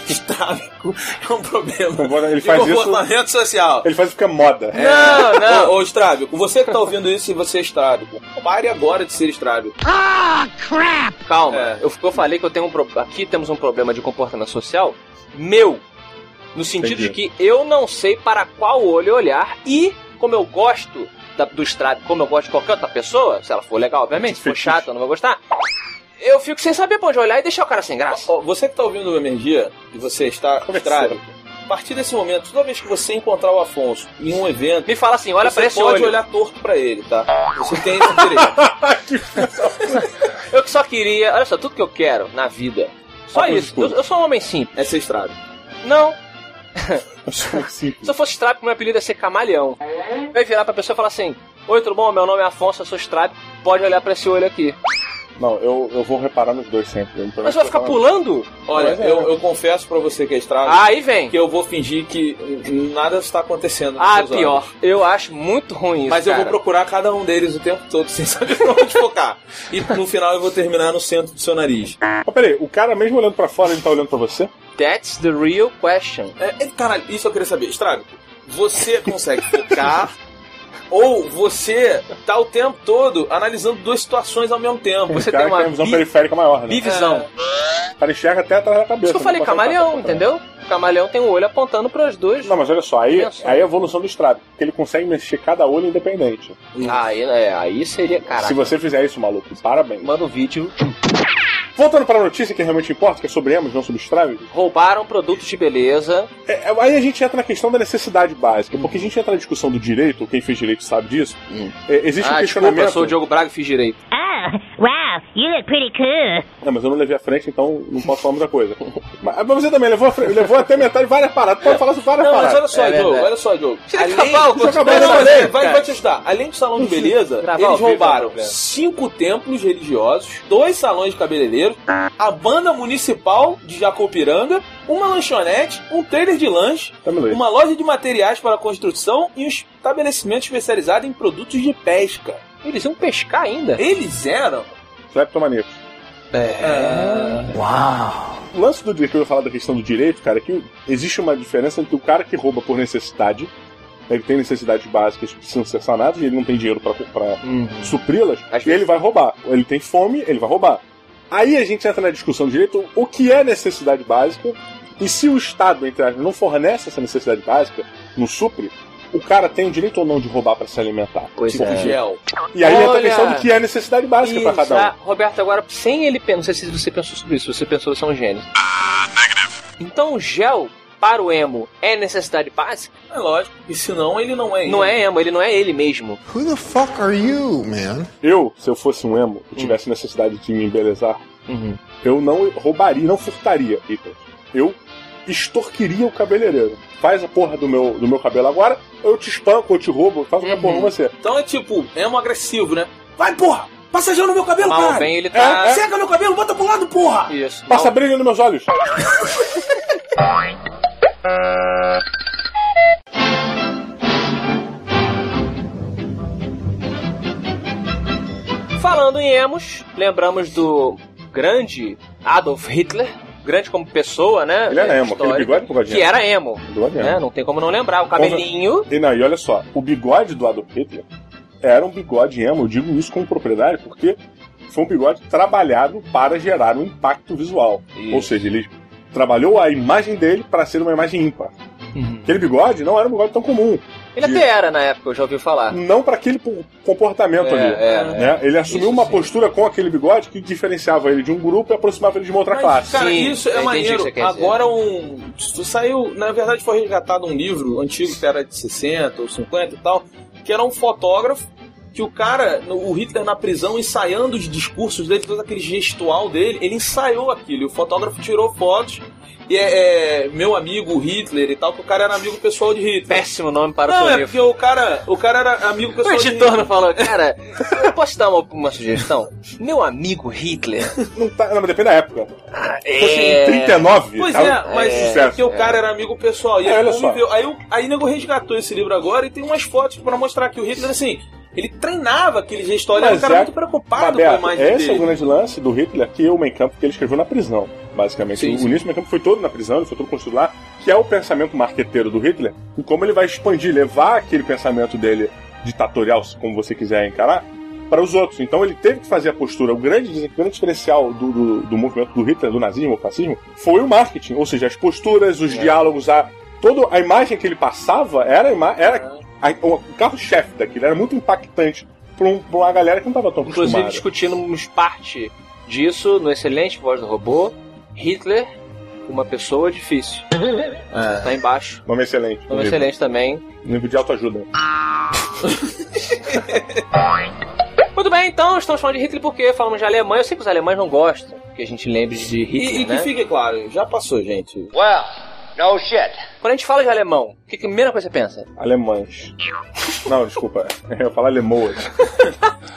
Speaker 3: Estrábico é um problema.
Speaker 4: Ele
Speaker 3: de
Speaker 4: faz isso-
Speaker 3: comportamento social.
Speaker 2: tá?
Speaker 4: Ele faz ficar moda.
Speaker 2: Não, não.
Speaker 3: Ô, ô Estrábico, você que tá ouvindo isso e você é estrábico, pare agora de ser estrábico.
Speaker 2: Calma,
Speaker 3: É.
Speaker 2: eu, eu falei que eu tenho um pro... aqui temos um problema de comportamento social meu, no sentido de
Speaker 4: Entendi.
Speaker 2: que eu não sei para qual olho olhar e como eu gosto da- do estrado, como eu gosto de qualquer outra pessoa, se ela for legal, obviamente, se for chata, eu não vou gostar. Eu fico sem saber pra onde olhar e deixar o cara sem graça.
Speaker 3: Ó, Você que tá ouvindo o Energia e você está estrábico, a partir desse momento, toda vez que você encontrar o Afonso em um evento,
Speaker 2: Me fala assim, olha
Speaker 3: você é
Speaker 2: pra esse
Speaker 3: pode
Speaker 2: olho.
Speaker 3: olhar torto pra ele, tá? Você tem esse direito.
Speaker 2: Eu que só queria, olha só, tudo que eu quero na vida. Só
Speaker 4: Óculos
Speaker 2: isso. Eu,
Speaker 4: escuros.
Speaker 2: eu sou um homem simples.
Speaker 3: É ser estrábico.
Speaker 2: Não,
Speaker 4: É Sim.
Speaker 2: Se eu fosse Stripe, meu apelido ia ser Camaleão. Eu ia virar pra pessoa e falar assim: Oi, tudo bom? Meu nome é Afonso, eu sou Stripe. Pode olhar pra esse olho aqui.
Speaker 4: Não, eu, eu vou reparar nos dois sempre. Eu não tô
Speaker 2: Mas você vai ficar
Speaker 4: falando.
Speaker 2: pulando?
Speaker 3: Olha,
Speaker 4: Mas é.
Speaker 3: eu, eu confesso pra você que é estrábico
Speaker 2: Aí vem.
Speaker 3: que eu vou fingir que hum, nada está acontecendo. nos
Speaker 2: Ah,
Speaker 3: seus olhos.
Speaker 2: pior. Eu acho muito ruim isso.
Speaker 3: Mas eu vou
Speaker 2: cara.
Speaker 3: procurar cada um deles o tempo todo sem saber pra onde focar. E no final eu vou terminar no centro do seu nariz.
Speaker 4: Mas peraí, o cara mesmo olhando pra fora, ele tá olhando pra você?
Speaker 2: That's the real question.
Speaker 3: É, é, caralho, isso eu queria saber. Estrago, você consegue focar Ou você tá o tempo todo analisando duas situações ao mesmo tempo. Você
Speaker 4: Esse
Speaker 3: tem
Speaker 4: cara
Speaker 3: uma
Speaker 4: tem a visão
Speaker 3: bi-
Speaker 4: periférica maior, né?
Speaker 3: bivisão.
Speaker 4: O cara enxerga até atrás da
Speaker 2: Por isso É,
Speaker 4: cabeça.
Speaker 2: que eu
Speaker 4: não
Speaker 2: falei
Speaker 4: consegue
Speaker 2: camaleão,
Speaker 4: passar por
Speaker 2: entendeu? O camaleão tem o olho apontando pras duas.
Speaker 4: trás. Não, mas olha só, aí,
Speaker 2: Pensa.
Speaker 4: aí é a evolução do estrado, porque ele consegue mexer cada olho independente.
Speaker 2: Aí, é, aí seria. Caraca,
Speaker 4: Se você fizer isso, maluco, parabéns.
Speaker 2: manda um vídeo.
Speaker 4: Voltando pra notícia que realmente importa, que é sobre Emos, não sobre Strave,
Speaker 2: Roubaram produtos de beleza. Ah,
Speaker 4: É, é, aí a gente entra na questão da necessidade básica, porque a gente entra na discussão do direito, quem fez direito sabe disso. É, existe um
Speaker 2: Ah, desculpa,
Speaker 4: questionamento.
Speaker 2: eu sou o Diogo Braga e fiz direito.
Speaker 9: Oh, wow, you look pretty cool.
Speaker 4: Não, mas eu não levei a frente, então não posso falar muita coisa. mas, mas você também levou, a frente, levou até metade várias paradas, pode falar sobre várias
Speaker 3: Não, mas
Speaker 4: paradas.
Speaker 3: olha só,
Speaker 2: É
Speaker 3: Diogo,
Speaker 2: verdade.
Speaker 3: olha só, Diogo.
Speaker 2: Você acabar o
Speaker 4: Deixa eu
Speaker 2: conteúdo.
Speaker 4: acabar
Speaker 3: Não, não,
Speaker 4: de
Speaker 3: olha,
Speaker 4: fazer,
Speaker 3: vai, vai te ajudar. Além do salão de beleza,
Speaker 2: né, Gravar ao
Speaker 3: eles
Speaker 2: vivo é um
Speaker 3: roubaram
Speaker 2: problema.
Speaker 3: cinco templos religiosos, dois salões de cabeleireiro, a banda municipal de Jacopiranga, uma lanchonete, um trailer de lanche,
Speaker 4: Tamo doido.
Speaker 3: uma loja de materiais para construção e um estabelecimento especializado em produtos de pesca.
Speaker 2: Eles iam pescar ainda.
Speaker 3: Eles eram
Speaker 4: Kleptomaníaco.
Speaker 2: É.
Speaker 4: Ah, O lance do direito, que eu ia falar da questão do direito, cara, é que existe uma diferença entre o cara que rouba por necessidade, ele tem necessidades básicas que precisam ser sanadas e ele não tem dinheiro pra, pra supri-las,
Speaker 2: Uhum. Às
Speaker 4: e ele vai roubar. Ele tem fome, ele vai roubar. Aí a gente entra na discussão do direito, o que é necessidade básica, e se o Estado, entre aspas, não fornece essa necessidade básica, não supre, o cara tem o direito ou não de roubar pra se alimentar.
Speaker 2: Pois
Speaker 3: tipo
Speaker 2: é.
Speaker 3: gel.
Speaker 4: E aí entra a
Speaker 2: Olha!
Speaker 4: questão do que é necessidade básica pra
Speaker 2: Isso,
Speaker 4: cada um.
Speaker 2: ah, Roberto, agora, sem ele pensar, não sei se você pensou sobre isso, você pensou, você é um gênio.
Speaker 4: Ah,
Speaker 2: Então, o gel para o emo é necessidade básica?
Speaker 3: É lógico. E senão ele não é
Speaker 2: Não
Speaker 3: ele.
Speaker 2: é emo, ele não é ele mesmo.
Speaker 10: Who the fuck are you, man?
Speaker 4: Eu, se eu fosse um emo e tivesse necessidade de me embelezar, eu não roubaria, não furtaria, Ethan. Eu extorquiria o cabeleireiro. Faz a porra do meu, do meu cabelo agora, eu te espanco, eu te roubo, faço uma
Speaker 2: Uhum.
Speaker 4: porra com você.
Speaker 3: Então é tipo, é um agressivo, né? Vai, porra! Passa gel no meu cabelo,
Speaker 2: Mal ou
Speaker 3: cara!
Speaker 2: bem,
Speaker 4: É,
Speaker 2: ele tá-
Speaker 3: Seca meu cabelo, bota pro lado, porra!
Speaker 2: Isso.
Speaker 4: Passa
Speaker 2: Mal-
Speaker 4: brilho nos meus olhos.
Speaker 2: Então, Falando em emos, lembramos do grande Adolf Hitler, grande como pessoa, né?
Speaker 4: Ele era
Speaker 2: É,
Speaker 4: emo, aquele
Speaker 2: histórico,
Speaker 4: bigode um bigodinho.
Speaker 2: Que era emo.
Speaker 4: Bigode emo.
Speaker 2: né? Não tem como não lembrar. O cabelinho.
Speaker 4: E não, e olha só, o bigode do Adolf Hitler era um bigode emo, eu digo isso como propriedade, porque foi um bigode trabalhado para gerar um impacto visual. Ou seja, ele trabalhou a imagem dele para ser uma imagem ímpar. Aquele bigode não era um bigode tão comum,
Speaker 2: Ele até era na época, eu já ouvi falar.
Speaker 4: não para aquele po- comportamento
Speaker 2: É,
Speaker 4: ali.
Speaker 2: é,
Speaker 4: né? Ele assumiu
Speaker 2: Isso
Speaker 4: uma
Speaker 2: sim.
Speaker 4: postura com aquele bigode que diferenciava ele de um grupo e aproximava ele de uma outra
Speaker 3: Mas,
Speaker 4: classe.
Speaker 3: Cara,
Speaker 2: Sim,
Speaker 3: isso
Speaker 2: eu entendi o que
Speaker 3: é maneiro.
Speaker 2: você quer dizer.
Speaker 3: Agora um. isso Saiu, na verdade, foi resgatado um livro antigo que era de 60 ou 50 e tal, que era um fotógrafo que o cara, no- o Hitler na prisão, ensaiando os discursos dele, todo aquele gestual dele, ele ensaiou aquilo. E o fotógrafo tirou fotos. E é, é, meu amigo Hitler e tal, que o cara era amigo pessoal de Hitler.
Speaker 2: Péssimo nome para o
Speaker 3: Não,
Speaker 2: seu
Speaker 3: é
Speaker 2: livro.
Speaker 3: porque o cara, o cara era amigo
Speaker 2: O
Speaker 3: pessoal de
Speaker 2: editor não
Speaker 3: Hitler.
Speaker 2: falou, cara, eu posso dar uma, uma sugestão? Meu amigo Hitler.
Speaker 4: Não, tá, não, mas depende da época. Se fosse
Speaker 2: é,
Speaker 4: em 39,
Speaker 3: Pois
Speaker 4: tava-
Speaker 3: é, mas
Speaker 4: é,
Speaker 3: é, porque o cara era amigo pessoal. E
Speaker 4: É,
Speaker 3: aí,
Speaker 4: olha
Speaker 3: conviveu. aí, o- aí o nego resgatou esse livro agora e tem umas fotos pra mostrar que o Hitler, assim, ele treinava aquele gestor. Ele era um
Speaker 4: Mas
Speaker 3: cara
Speaker 4: é-
Speaker 3: muito preocupado
Speaker 4: Mas, Beto,
Speaker 3: com a imagem
Speaker 4: esse é o
Speaker 3: dele.
Speaker 4: grande lance do Hitler que o Mein Kampf que ele escreveu na prisão, basicamente.
Speaker 3: Sim,
Speaker 4: o
Speaker 3: sim.
Speaker 4: início do Mein Kampf foi todo na prisão, ele foi todo construído lá, que é o pensamento marqueteiro do Hitler, e como ele vai expandir, levar aquele pensamento dele ditatorial, se- como você quiser encarar, para os outros. Então ele teve que fazer a postura. O grande, dizem que o grande diferencial do, do, do movimento do Hitler, do nazismo ou fascismo, foi o marketing, ou seja, as posturas,
Speaker 2: É.
Speaker 4: os diálogos, a toda a imagem que ele passava era, a ima- era
Speaker 2: É.
Speaker 4: a- o carro-chefe daquilo, era muito impactante para uma galera que não estava tão
Speaker 2: Inclusive,
Speaker 4: acostumada.
Speaker 2: discutimos parte disso no excelente Voz do Robô. Hitler, uma pessoa difícil.
Speaker 3: É.
Speaker 2: Tá embaixo.
Speaker 4: Nome excelente.
Speaker 2: Nome
Speaker 4: Nível-
Speaker 2: excelente também.
Speaker 4: Nível de autoajuda.
Speaker 2: Muito bem, então, estamos falando de Hitler porque falamos de Alemanha. Eu sei que os alemães não gostam que a gente lembre de
Speaker 3: E,
Speaker 2: Hitler,
Speaker 3: e que
Speaker 2: né?
Speaker 3: fique claro, já passou, gente.
Speaker 6: Well, no shit.
Speaker 2: Quando a gente fala de alemão, o que que a primeira coisa que você pensa?
Speaker 4: Alemães. Não, desculpa. Eu falo alemoas.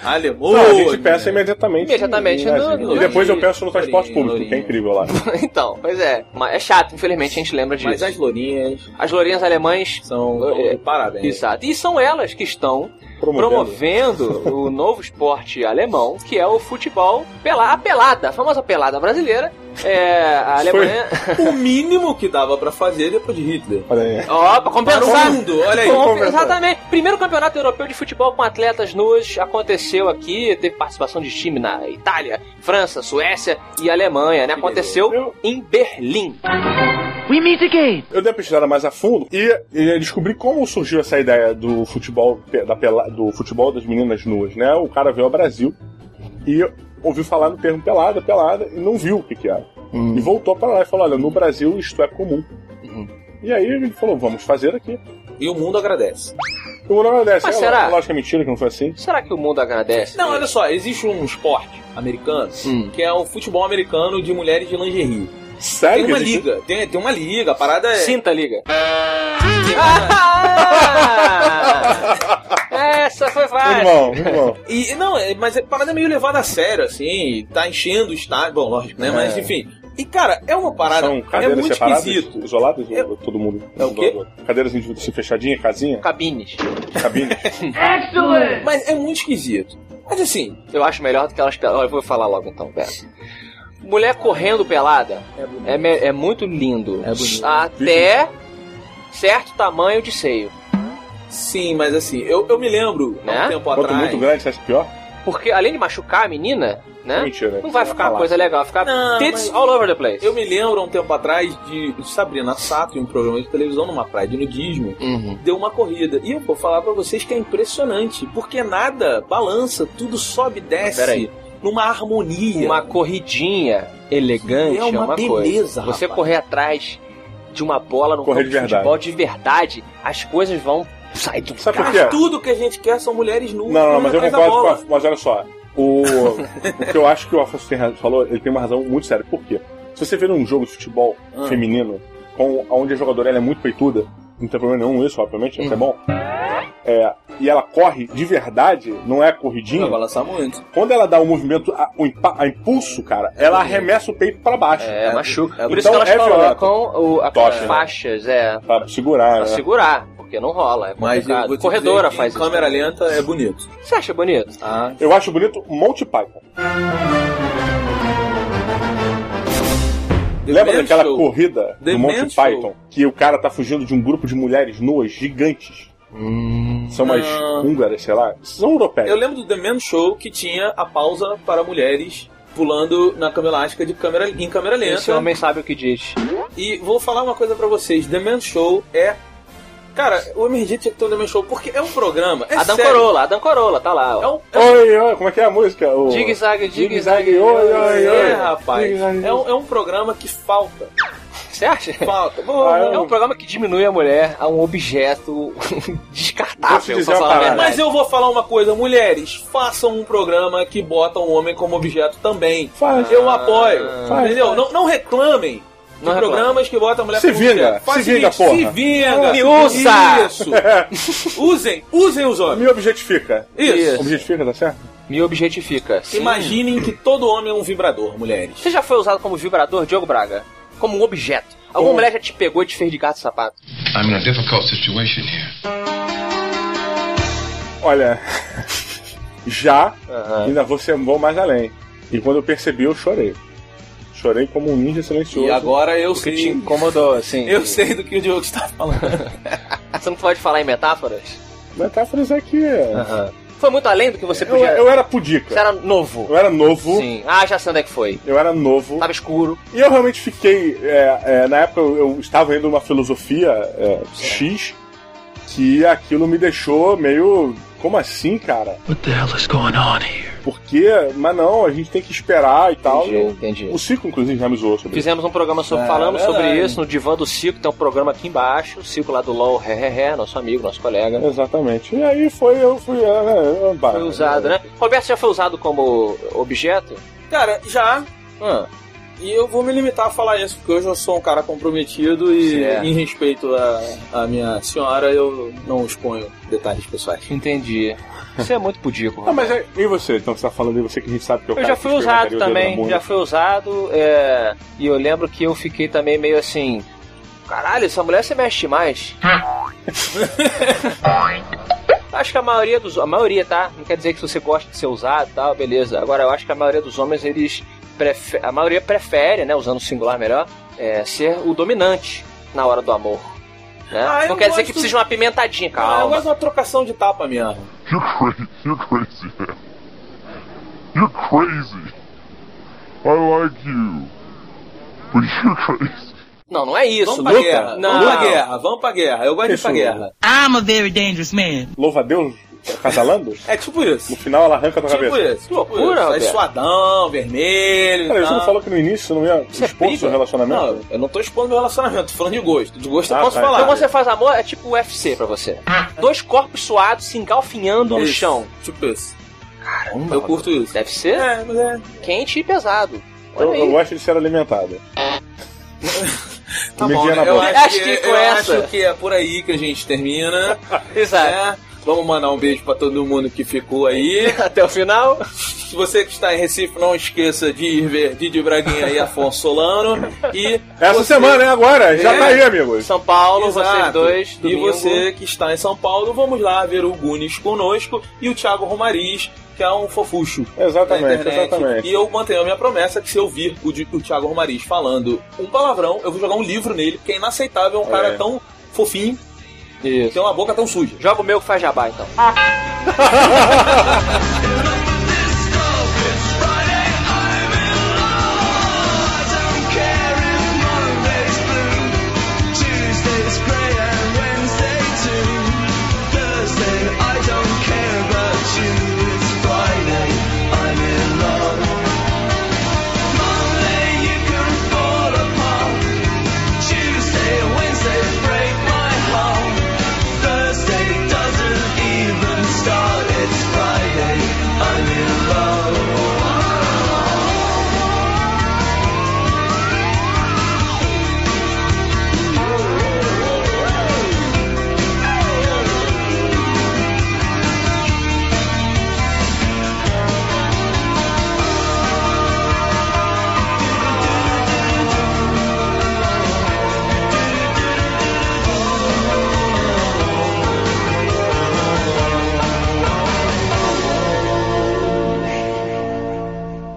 Speaker 3: Alemão.
Speaker 4: Não, a gente pensa imediatamente.
Speaker 2: né? Imediatamente né?
Speaker 4: em- em
Speaker 2: no-
Speaker 4: nazismo.
Speaker 2: no-
Speaker 4: E depois eu penso no transporte
Speaker 3: Lourinho,
Speaker 4: público, que é
Speaker 3: Lourinho.
Speaker 4: incrível lá.
Speaker 2: então, pois é. Mas é chato, infelizmente, a gente lembra disso.
Speaker 3: Mas né? as lourinhas
Speaker 2: As lourinhas alemães
Speaker 3: são.
Speaker 2: É,
Speaker 3: parabéns.
Speaker 2: Exato. E são elas que estão promovendo o novo esporte alemão, que é o futebol pela, a pelada, a famosa pelada brasileira. É, a Alemanha.
Speaker 3: o mínimo que dava pra fazer é depois de Hitler.
Speaker 4: Olha aí.
Speaker 2: Ó, pra compensar.
Speaker 3: Para o mundo, olha aí.
Speaker 2: Com-
Speaker 4: compensar.
Speaker 2: exatamente. Primeiro campeonato europeu de futebol com atletas nus aconteceu aqui. Teve participação de time na Itália, França, Suécia e Alemanha, né? Aconteceu
Speaker 4: legal.
Speaker 2: em Berlim.
Speaker 6: We meet again!
Speaker 4: Eu dei uma pesquisada mais a fundo e, e descobri como surgiu essa ideia do futebol pe- da pela- do futebol das meninas nuas, né? O cara veio ao Brasil e ouviu falar no termo pelada, pelada, e não viu o que, que era.
Speaker 3: Hum.
Speaker 4: E voltou para lá e falou: olha, no Brasil isto é comum. E aí ele falou: vamos fazer aqui.
Speaker 3: E o mundo agradece.
Speaker 4: E o mundo agradece.
Speaker 2: Mas
Speaker 4: É,
Speaker 2: será?
Speaker 4: lógico que é mentira que não foi assim.
Speaker 2: Será que o mundo agradece?
Speaker 3: Não, olha só, existe um esporte americano que é o futebol americano de mulheres de lingerie.
Speaker 4: Sério?
Speaker 3: Tem uma
Speaker 4: que existe?
Speaker 3: liga, tem, tem uma liga, a parada é.
Speaker 2: Sinta, liga. Ah! Essa foi
Speaker 3: é.
Speaker 4: Muito
Speaker 2: fácil.
Speaker 4: bom, muito bom.
Speaker 3: E, não, é, mas a parada é meio levada a sério, assim, e tá enchendo o estádio, bom, lógico, né? Mas enfim. E cara, é uma parada,
Speaker 4: São
Speaker 3: é
Speaker 4: cadeiras
Speaker 3: muito
Speaker 4: separadas,
Speaker 3: esquisito.
Speaker 4: isoladas,
Speaker 3: É-
Speaker 4: ou todo mundo.
Speaker 3: É o quê?
Speaker 4: Cadeiras individuais, assim, fechadinha, casinha,
Speaker 2: Cabines.
Speaker 4: cabine.
Speaker 3: Mas é muito esquisito. Mas assim,
Speaker 2: Eu acho melhor do que elas peladas. Olha, Eu vou falar logo então, pera. Mulher correndo pelada é, me- é muito lindo.
Speaker 3: É bonito.
Speaker 2: Até certo tamanho de seio.
Speaker 3: sim, mas assim, eu, eu me lembro, há
Speaker 2: Né?
Speaker 3: um tempo
Speaker 4: Quanto
Speaker 3: atrás.
Speaker 4: muito grande, você acha é pior?
Speaker 2: Porque além de machucar a menina,
Speaker 4: É
Speaker 2: né?
Speaker 4: Mentira.
Speaker 2: Não vai
Speaker 4: Você
Speaker 2: ficar uma
Speaker 4: falar.
Speaker 2: coisa legal, vai ficar
Speaker 3: Não,
Speaker 2: tits
Speaker 3: mas-
Speaker 2: all over the place.
Speaker 3: Eu me lembro há um tempo atrás de Sabrina Sato, em um programa de televisão numa praia de nudismo,
Speaker 2: Uhum.
Speaker 3: deu uma corrida. E eu vou falar pra vocês que é impressionante, porque nada balança, tudo sobe e desce
Speaker 2: peraí.
Speaker 3: numa harmonia.
Speaker 2: Uma corridinha elegante
Speaker 3: É uma
Speaker 2: coisa.
Speaker 3: beleza,
Speaker 2: Você
Speaker 3: rapaz.
Speaker 2: correr atrás de uma bola no
Speaker 4: Correr
Speaker 2: campo
Speaker 4: de
Speaker 2: de,
Speaker 4: verdade.
Speaker 2: futebol de verdade, as coisas vão sair do
Speaker 4: Sabe por
Speaker 2: lugar.
Speaker 4: quê?
Speaker 3: Tudo que a gente quer são mulheres nuas.
Speaker 4: Não, não, não, mas eu
Speaker 3: atrás da
Speaker 4: concordo com
Speaker 3: bola.
Speaker 4: a, Mas olha só, o, o que eu acho que o Afonso tem razão, falou, ele tem uma razão muito séria. Por quê? Se você vê um jogo de futebol
Speaker 2: Ah.
Speaker 4: feminino, com, onde a jogadora ela é muito peituda, não tem problema nenhum isso, obviamente, isso é bom. É, e ela corre de verdade, não é corridinha.
Speaker 3: Vai balançar muito.
Speaker 4: Quando ela dá o movimento, a, o impa- a impulso, cara, ela arremessa o peito pra baixo.
Speaker 2: É, machuca.
Speaker 4: é-
Speaker 2: Por isso que
Speaker 4: então
Speaker 2: elas
Speaker 4: é violento.
Speaker 2: colocam o, a-
Speaker 4: Tocha, né?
Speaker 2: faixas, é,
Speaker 4: Pra segurar,
Speaker 2: pra
Speaker 4: né?
Speaker 2: segurar, porque não rola, é
Speaker 3: Mas eu
Speaker 2: complicado.
Speaker 3: vou te
Speaker 2: Corredora
Speaker 3: dizer que
Speaker 2: faz
Speaker 3: em
Speaker 2: isso.
Speaker 3: câmera lenta é bonito.
Speaker 2: Você acha bonito?
Speaker 3: Ah,
Speaker 4: Eu acho bonito Monty Python. Lembra
Speaker 3: Man
Speaker 4: daquela
Speaker 3: Show.
Speaker 4: corrida
Speaker 3: The
Speaker 4: do
Speaker 3: Man
Speaker 4: Monty
Speaker 3: Show.
Speaker 4: Python? Que o cara tá fugindo de um grupo de mulheres nuas gigantes. São umas
Speaker 3: Ah.
Speaker 4: húngaras, sei lá. São
Speaker 3: Eu
Speaker 4: europeias.
Speaker 3: lembro do The Man Show que tinha a pausa para mulheres pulando na cama elástica de câmera, em câmera lenta.
Speaker 2: Esse homem sabe o que diz.
Speaker 3: E vou falar uma coisa pra vocês: The Man Show é. Cara, o MRG tinha que ter o The Man Show, porque é um programa. É
Speaker 2: Adam
Speaker 3: sério.
Speaker 2: Corolla, Adam Corolla, tá lá.
Speaker 3: É
Speaker 2: Ó.
Speaker 3: um. É um...
Speaker 4: Oi, oi, como é que é a música? O...
Speaker 2: Dig zag, dig zag.
Speaker 4: Zigue-zague, oi, oi, oi.
Speaker 3: É, rapaz.
Speaker 4: Zigue-zague.
Speaker 3: É um, é um programa que falta.
Speaker 2: Você acha?
Speaker 3: Falta.
Speaker 4: Ah, eu-
Speaker 2: É um programa que diminui a mulher a um objeto descartável,
Speaker 4: Vou te dizer
Speaker 2: pra
Speaker 4: uma
Speaker 2: falar a
Speaker 4: parada.
Speaker 2: verdade.
Speaker 3: Mas eu vou falar uma coisa, mulheres, façam um programa que bota o homem como objeto também.
Speaker 4: Faz. Ah.
Speaker 3: Eu apoio.
Speaker 4: Faz,
Speaker 3: entendeu?
Speaker 4: faz.
Speaker 3: Não, não reclamem. de
Speaker 2: Não
Speaker 3: programas que botam a mulher
Speaker 4: Se
Speaker 3: como
Speaker 4: vinga,
Speaker 3: objeto. Faz
Speaker 4: se
Speaker 3: o
Speaker 4: vinga,
Speaker 3: seguinte,
Speaker 4: porra.
Speaker 3: Se vinga.
Speaker 2: Me usa.
Speaker 3: Isso. usem, usem os homens.
Speaker 4: Me objetifica.
Speaker 3: Isso.
Speaker 4: Objetifica, tá certo?
Speaker 2: Me objetifica. Sim.
Speaker 3: Imaginem que todo homem é um vibrador, mulheres.
Speaker 2: Você já foi usado como vibrador, Diogo Braga? Como um objeto. Alguma
Speaker 4: Como-
Speaker 2: mulher já te pegou e te fez de gato e sapato?
Speaker 5: I'm in a difficult situation here.
Speaker 4: Olha, já ainda vou ser vou mais além. E quando eu percebi, eu chorei. Chorei como um ninja silencioso.
Speaker 3: E agora eu
Speaker 2: Porque te
Speaker 3: sei.
Speaker 2: incomodou, assim.
Speaker 3: Eu sei do que o Diogo está falando.
Speaker 2: Ah, Você não pode falar em metáforas?
Speaker 4: Metáforas é que.
Speaker 3: Ah.
Speaker 2: Foi muito além do que você
Speaker 4: Eu,
Speaker 2: podia.
Speaker 4: eu era pudica.
Speaker 2: Você era novo.
Speaker 4: Eu era novo.
Speaker 2: Sim. Ah, já sei onde é que foi.
Speaker 4: Eu era novo.
Speaker 2: Tava escuro.
Speaker 4: E eu realmente fiquei. é, é, na época eu, eu estava indo numa filosofia é, X que aquilo me deixou meio. Como assim, cara?
Speaker 5: What the hell is going on here?
Speaker 4: Porque. Mas não, a gente tem que esperar e tal.
Speaker 2: entendi.
Speaker 4: O Cico, inclusive, já me zoou sobre isso.
Speaker 2: Fizemos um programa sobre.
Speaker 3: É,
Speaker 2: falamos sobre
Speaker 3: verdade.
Speaker 2: isso no Divã do Cico, tem um programa aqui embaixo. O Cico lá do LOL, ré, ré, ré, nosso amigo, nosso colega.
Speaker 4: Exatamente. E aí foi, eu fui. é, é, é, bah,
Speaker 2: Foi usado, né? Roberto já foi usado como objeto?
Speaker 3: Cara, já.
Speaker 2: Ah,
Speaker 3: E eu vou me limitar a falar isso, porque hoje eu sou um cara comprometido e,
Speaker 2: Certo.
Speaker 3: em respeito à, à minha senhora, eu não exponho detalhes pessoais.
Speaker 2: entendi. Você é muito pudico.
Speaker 4: Ah,
Speaker 2: Roberto.
Speaker 4: mas é, e você? Então você tá falando de você que a gente sabe que é o
Speaker 2: Eu
Speaker 4: cara
Speaker 2: já
Speaker 4: que
Speaker 2: fui
Speaker 4: experimentaria
Speaker 2: usado
Speaker 4: o dedo na
Speaker 2: também,
Speaker 4: bunda.
Speaker 2: já fui usado, é, e eu lembro que eu fiquei também meio assim. Caralho, essa mulher se mexe demais. Acho que a maioria dos. A maioria, tá? Não quer dizer que se você gosta de ser usado e tal, beleza. Agora, eu acho que a maioria dos homens, eles. prefe- A maioria prefere, né? Usando o singular melhor, é, ser o dominante na hora do amor. né?
Speaker 3: Ah, eu
Speaker 2: não quer dizer que
Speaker 3: gosto-
Speaker 2: precisa de uma pimentadinha,
Speaker 3: Ah, eu
Speaker 2: calma.
Speaker 3: gosto de uma trocação de tapa mesmo.
Speaker 11: You're crazy. You're crazy. You're crazy. I like you. But you're crazy.
Speaker 2: Não, não é isso,
Speaker 3: Vamos pra
Speaker 2: Luca.
Speaker 3: guerra.
Speaker 2: Não.
Speaker 3: Vamos pra guerra. Vamos pra guerra. Eu gosto de ir pra
Speaker 12: Isso.
Speaker 3: guerra.
Speaker 12: I'm a very dangerous man. Louva a Deus, Catalando?
Speaker 3: É tipo isso.
Speaker 12: No final ela arranca a tua
Speaker 3: Tipo
Speaker 12: cabeça.
Speaker 3: isso. Tipo isso. Aí suadão, vermelho.
Speaker 12: Cara,
Speaker 3: e
Speaker 2: tá.
Speaker 12: você
Speaker 3: tal.
Speaker 12: não falou que no início você não ia
Speaker 2: é
Speaker 12: expor seu relacionamento? Ah, tá.
Speaker 3: Não, eu não tô expondo meu relacionamento, tô falando de gosto. De gosto eu posso falar.
Speaker 2: Então quando você faz amor, é tipo UFC pra você.
Speaker 13: Ah.
Speaker 2: Dois corpos suados se engalfinhando tá no
Speaker 3: Isso,
Speaker 2: chão.
Speaker 3: Tipo isso.
Speaker 2: Caramba.
Speaker 3: Eu curto isso.
Speaker 2: Deve ser?
Speaker 3: É, mas é.
Speaker 2: Quente e pesado. Olha
Speaker 12: Então, Eu,
Speaker 4: Então,
Speaker 2: aí.
Speaker 12: eu gosto de ser alimentada.
Speaker 3: Tá
Speaker 12: Me
Speaker 3: bom,
Speaker 12: guia
Speaker 3: né?
Speaker 12: na
Speaker 3: eu
Speaker 12: boca.
Speaker 3: acho que,
Speaker 2: Acho que com
Speaker 3: eu
Speaker 2: essa-
Speaker 3: acho que é por aí que a gente termina.
Speaker 2: Exato.
Speaker 3: né? Vamos mandar um beijo pra todo mundo que ficou aí.
Speaker 2: Até o final.
Speaker 3: Se você que está em Recife, não esqueça de ir ver Didi Braguinha e Afonso Solano. E
Speaker 12: Essa
Speaker 3: você-
Speaker 12: semana, é agora. Já
Speaker 3: É.
Speaker 12: tá aí, amigos.
Speaker 2: São Paulo,
Speaker 3: Exato.
Speaker 2: vocês dois.
Speaker 3: E
Speaker 2: domingo.
Speaker 3: você que está em São Paulo, vamos lá ver o Gunis conosco e o Thiago Romariz, que é um fofucho. da
Speaker 12: Exatamente,
Speaker 3: internet.
Speaker 12: exatamente.
Speaker 3: E eu mantenho a minha promessa que se eu vir o, Di- o Thiago Romariz falando um palavrão, eu vou jogar um livro nele, porque é inaceitável um cara
Speaker 12: É.
Speaker 3: tão fofinho
Speaker 2: Isso.
Speaker 3: ter uma boca tão suja.
Speaker 2: Joga o meu que faz jabá, então.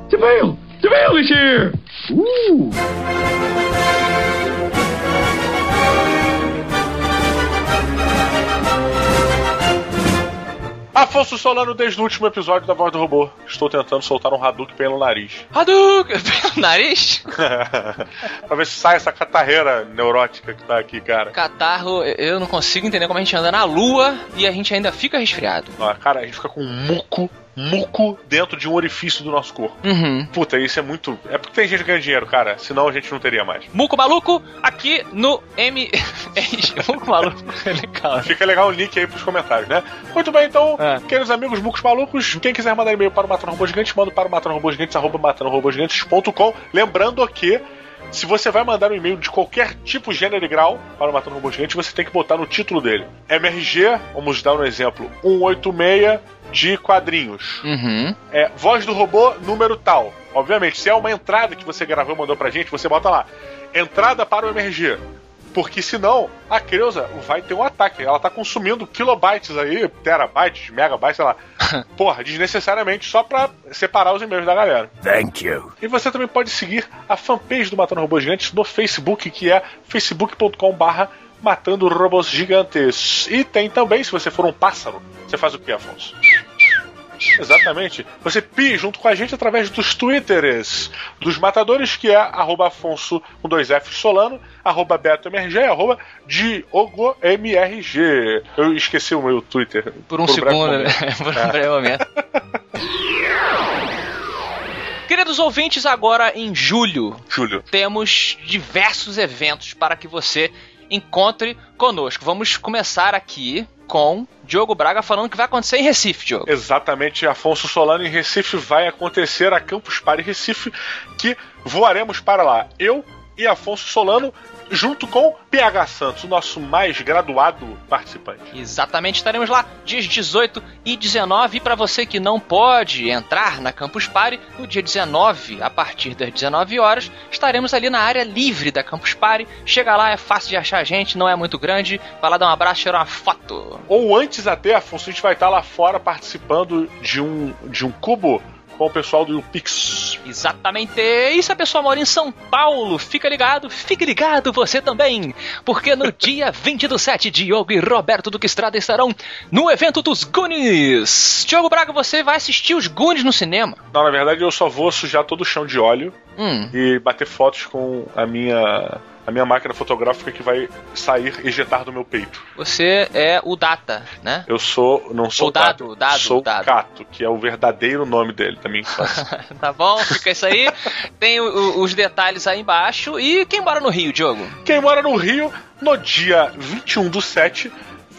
Speaker 5: DeVille! DeVille is here! Ooh!
Speaker 4: Afonso Solano desde o último episódio da Voz do Robô. Estou tentando soltar um Hadouken pelo nariz.
Speaker 13: Hadouken! Pelo nariz?
Speaker 4: pra ver se sai essa catarreira neurótica que tá aqui, cara.
Speaker 13: Catarro, eu- eu não consigo entender como a gente anda na lua e a gente ainda fica resfriado.
Speaker 4: Ah, cara, a gente fica com um muco, muco dentro de um orifício do nosso corpo.
Speaker 13: Uhum.
Speaker 4: Puta, isso é muito. É porque tem gente que ganha dinheiro, cara. Senão a gente não teria mais.
Speaker 13: Muco Maluco, aqui no M. É Muco Maluco, é legal.
Speaker 4: Fica legal o link aí pros comentários, né? Muito bem, então, queridos amigos mucos malucos, quem quiser mandar e-mail para o Matando Robô Gigante, manda para o matanorobogigantes, arroba matanorobogigantes.com. Lembrando que, se você vai mandar um e-mail de qualquer tipo, gênero e grau para o Matando Robô Gigante, você tem que botar no título dele. MRG, vamos dar um exemplo, 186 de quadrinhos.
Speaker 13: Uhum.
Speaker 4: É, voz do robô, número tal. Obviamente, se é uma entrada que você gravou e mandou pra gente, você bota lá. Entrada para o MRG. Porque senão, a Creuza vai ter um ataque. Ela tá consumindo kilobytes aí, terabytes, megabytes, sei lá. Porra, desnecessariamente, só pra separar os e-mails da galera.
Speaker 5: Thank you.
Speaker 4: E você também pode seguir a fanpage do Matando Robôs Gigantes no Facebook, que é facebook.com barra Matando Robôs Gigantes. E tem também, se você for um pássaro, você faz o que, Afonso? Exatamente. Você pie junto com a gente através dos twitters dos matadores, que é arroba Afonso com dois F Solano, arroba BetoMRG, arroba DiogoMRG. Eu esqueci o meu Twitter.
Speaker 13: Por um
Speaker 4: breve
Speaker 13: segundo, né?
Speaker 4: momento. É.
Speaker 13: Por um breve momento. Queridos ouvintes, agora em julho,
Speaker 4: Júlio.
Speaker 13: temos diversos eventos para que você encontre conosco. Vamos começar aqui com Diogo Braga falando o que vai acontecer em Recife, Diogo.
Speaker 4: Exatamente, Afonso Solano em Recife vai acontecer a Campus Party Recife, que voaremos para lá. Eu e Afonso Solano, junto com PH Santos, o nosso mais graduado participante.
Speaker 2: Exatamente, estaremos lá dias 18 e 19. E para você que não pode entrar na Campus Party, no dia 19, a partir das 19 horas, estaremos ali na área livre da Campus Party. Chega lá, é fácil de achar a gente, não é muito grande. Vai lá dar um abraço, tirar uma foto.
Speaker 4: Ou antes até, Afonso, a gente vai estar lá fora participando de um, de um cubo com o pessoal do Pix.
Speaker 2: Exatamente. E se a pessoa mora em São Paulo, fica ligado, fique ligado você também, porque no dia 20 do 7, Diogo e Roberto Duque Estrada estarão no evento dos Goonies. Diogo Braga, você vai assistir os Goonies no cinema.
Speaker 4: Não, na verdade eu só vou sujar todo o chão de óleo
Speaker 2: Hum.
Speaker 4: e bater fotos com a minha a minha máquina fotográfica que vai sair ejetar do meu peito.
Speaker 2: Você é o Data, né?
Speaker 4: Eu sou não sou
Speaker 2: O Dado,
Speaker 4: Cato,
Speaker 2: o Dado,
Speaker 4: sou
Speaker 2: o Dado.
Speaker 4: Cato, que é o verdadeiro nome dele da minha infância.
Speaker 2: Tá bom, fica isso aí. Tem o- o- os detalhes aí embaixo. E quem mora no Rio, Diogo?
Speaker 4: Quem mora no Rio, no dia 21 do 7,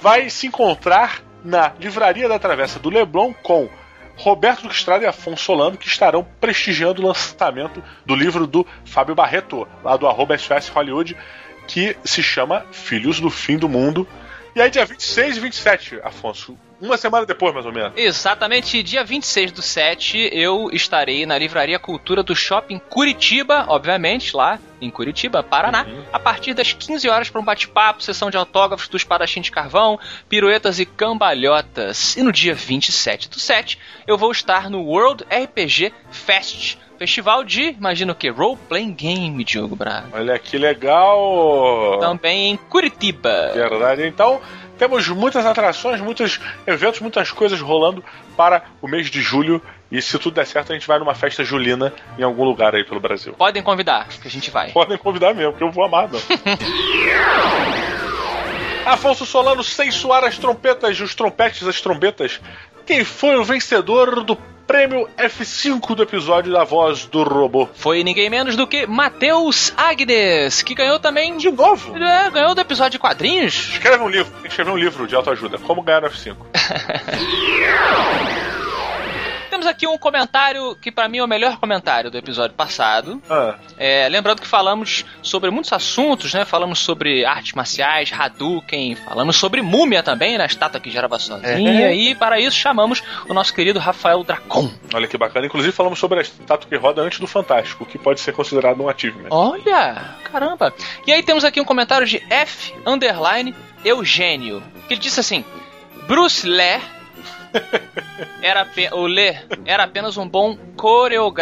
Speaker 4: vai se encontrar na Livraria da Travessa do Leblon com Roberto Duque Estrada e Afonso Solano, que estarão prestigiando o lançamento do livro do Fábio Barreto, lá do arroba SOS Hollywood, que se chama Filhos do Fim do Mundo. E aí, dia 26 e 27, Afonso, uma semana depois, mais ou menos.
Speaker 2: Exatamente, dia 26 do 7 eu estarei na Livraria Cultura do Shopping Curitiba, obviamente, lá em Curitiba, Paraná, a partir das 15 horas para um bate-papo, sessão de autógrafos do Espadachim de Carvão, piruetas e cambalhotas. E no dia 27 do 7 eu vou estar no World RPG Fest, festival de, imagina o que, Role Playing Game, Diogo Braga.
Speaker 4: Olha que legal!
Speaker 2: Também em Curitiba.
Speaker 4: Verdade. Então, temos muitas atrações, muitos eventos, muitas coisas rolando para o mês de julho. E se tudo der certo, a gente vai numa festa julina em algum lugar aí pelo Brasil.
Speaker 2: Podem convidar, que a gente vai.
Speaker 4: Podem convidar mesmo, que eu vou amar, não. Afonso Solano, sem soar as trompetas, os trompetes, as trombetas. Quem foi o vencedor do prêmio F5 do episódio da voz do robô?
Speaker 2: Foi ninguém menos do que Matheus Agnes, que ganhou também.
Speaker 4: De novo?
Speaker 2: É, ganhou do episódio de quadrinhos.
Speaker 4: Escreve um livro, tem que escrever um livro de autoajuda. Como ganhar no F5.
Speaker 2: Temos aqui um comentário que pra mim é o melhor comentário do episódio passado.
Speaker 4: Ah.
Speaker 2: É, lembrando que falamos sobre muitos assuntos, né? Falamos sobre artes marciais, Hadouken, falamos sobre múmia também, na estátua que gerava sozinha.
Speaker 4: É.
Speaker 2: E para isso chamamos o nosso querido Rafael Dracon.
Speaker 4: Olha que bacana. Inclusive falamos sobre a estátua que roda antes do Fantástico, que pode ser considerado um achievement.
Speaker 2: Olha, caramba. E aí temos aqui um comentário de F underline Eugênio, que ele disse assim: Bruce Lee era ape- o Lee era apenas um bom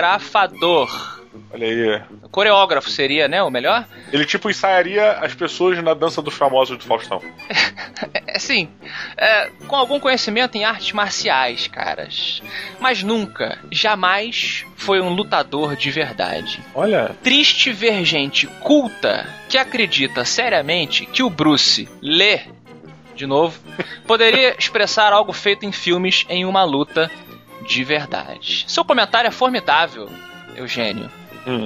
Speaker 2: coreografador.
Speaker 4: Olha aí.
Speaker 2: Coreógrafo seria, né, o melhor?
Speaker 4: Ele tipo ensaiaria as pessoas na dança dos famosos do Faustão.
Speaker 2: É, assim, é, com algum conhecimento em artes marciais, caras. Mas nunca, jamais foi um lutador de verdade.
Speaker 4: Olha.
Speaker 2: Triste ver gente culta que acredita seriamente que o Bruce Lee, de novo, poderia expressar algo feito em filmes em uma luta de verdade. Seu comentário é formidável, Eugênio,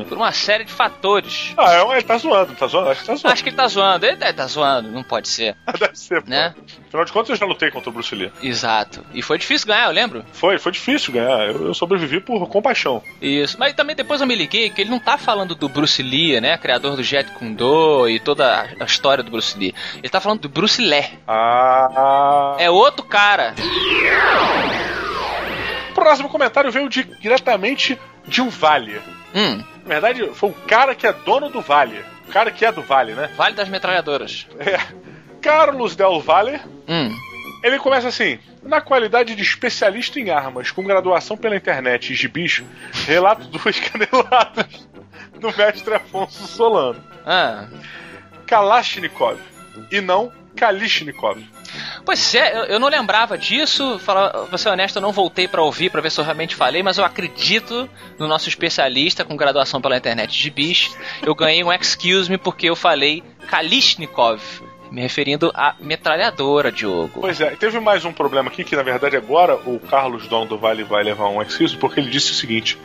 Speaker 2: por uma série de fatores.
Speaker 4: Hum. Ah, é, ele tá zoando, tá zoando? Acho que tá zoando.
Speaker 2: Acho que ele tá zoando, ele deve tá zoando, não pode ser.
Speaker 4: Deve ser,
Speaker 2: né?
Speaker 4: Afinal de contas, eu já lutei contra o Bruce Lee.
Speaker 2: Exato. E foi difícil ganhar, eu lembro.
Speaker 4: Foi, foi difícil ganhar. Eu, eu sobrevivi por compaixão.
Speaker 2: Isso, mas também depois eu me liguei que ele não tá falando do Bruce Lee, né? Criador do Jet Kundo e toda a- a história do Bruce Lee. Ele tá falando do Bruce Lee.
Speaker 4: Ah.
Speaker 2: É outro cara.
Speaker 4: O próximo comentário veio de- diretamente de um vale.
Speaker 2: Hum.
Speaker 4: Na verdade, foi o cara que é dono do vale. O cara que é do vale, né?
Speaker 2: Vale das metralhadoras.
Speaker 4: É. Carlos Del Valle.
Speaker 2: Hum.
Speaker 4: Ele começa assim: na qualidade de especialista em armas, com graduação pela internet e gibis, relato duas caneladas do mestre Afonso Solano.
Speaker 2: Ah.
Speaker 4: Kalashnikov e não Kalishnikov.
Speaker 2: Pois é, eu, eu não lembrava disso. Falar, pra ser honesto, eu não voltei pra ouvir pra ver se eu realmente falei, mas eu acredito no nosso especialista com graduação pela internet de bis. Eu ganhei um excuse me porque eu falei Kalishnikov, me referindo à metralhadora, Diogo.
Speaker 4: Pois é, teve mais um problema aqui que, na verdade, agora o Carlos Dom do Vale vai levar um excuse, porque ele disse o seguinte: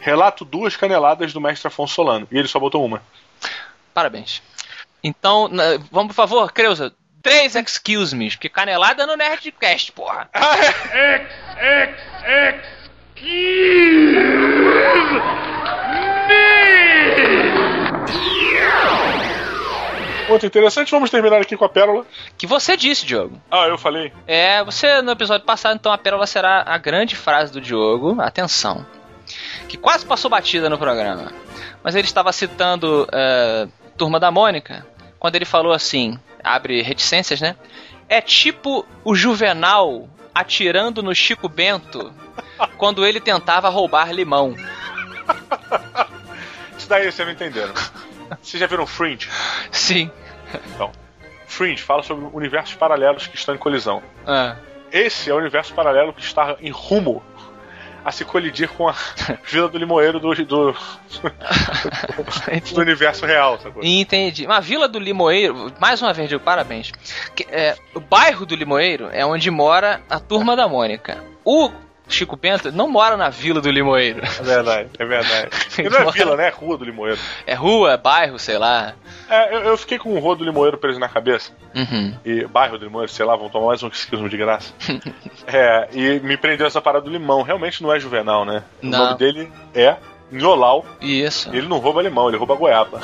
Speaker 4: relato duas caneladas do mestre Afonso Solano. E ele só botou uma.
Speaker 2: Parabéns. Então, na- vamos, por favor, Creuza, três excuse me, porque canelada no Nerdcast, porra.
Speaker 14: X, X, X, excuse me!
Speaker 4: Muito interessante, vamos terminar aqui com a pérola.
Speaker 2: Que você disse, Diogo.
Speaker 4: Ah, eu falei?
Speaker 2: É, você no episódio passado, então a pérola será a grande frase do Diogo. Atenção. Que quase passou batida no programa. Mas ele estava citando eh, Turma da Mônica, quando ele falou assim, abre reticências, né? É tipo o Juvenal atirando no Chico Bento quando ele tentava roubar limão.
Speaker 4: Isso daí vocês não entenderam. Vocês já viram Fringe?
Speaker 2: Sim.
Speaker 4: Então, Fringe fala sobre universos paralelos que estão em colisão. Esse é o universo paralelo que está em rumo a se colidir com a Vila do Limoeiro do, do, do universo real, sacou?
Speaker 2: Entendi. Mas a Vila do Limoeiro, mais uma vez, digo parabéns. Que, é, o bairro do Limoeiro é onde mora a turma da Mônica. O Chico Bento não mora na Vila do Limoeiro.
Speaker 4: É verdade, é verdade. E não é vila, né? É rua do Limoeiro.
Speaker 2: É rua, é bairro, sei lá.
Speaker 4: É, eu, eu fiquei com o Rua do Limoeiro preso na cabeça.
Speaker 2: Uhum.
Speaker 4: E bairro do Limoeiro, sei lá, vão tomar mais um esquismo de graça. é, e me prendeu essa parada do limão. Realmente não é juvenal, né?
Speaker 2: Não.
Speaker 4: O nome dele é Nholau.
Speaker 2: Isso.
Speaker 4: Ele não rouba limão, ele rouba goiaba.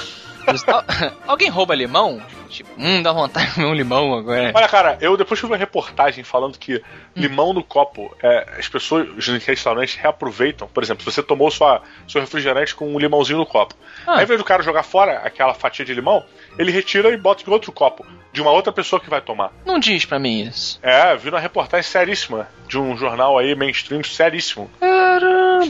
Speaker 2: Al- Alguém rouba limão? Tipo, hum, dá vontade de comer um limão agora.
Speaker 4: Olha, cara, eu depois tive uma reportagem falando que limão no copo, é, as pessoas os restaurantes reaproveitam. Por exemplo, se você tomou sua, seu refrigerante com um limãozinho no copo.
Speaker 2: Ah.
Speaker 4: Aí, ao invés do cara jogar fora aquela fatia de limão, ele retira e bota em outro copo, de uma outra pessoa que vai tomar.
Speaker 2: Não diz pra mim isso.
Speaker 4: É, vi uma reportagem seríssima de um jornal aí, mainstream, seríssimo. É um,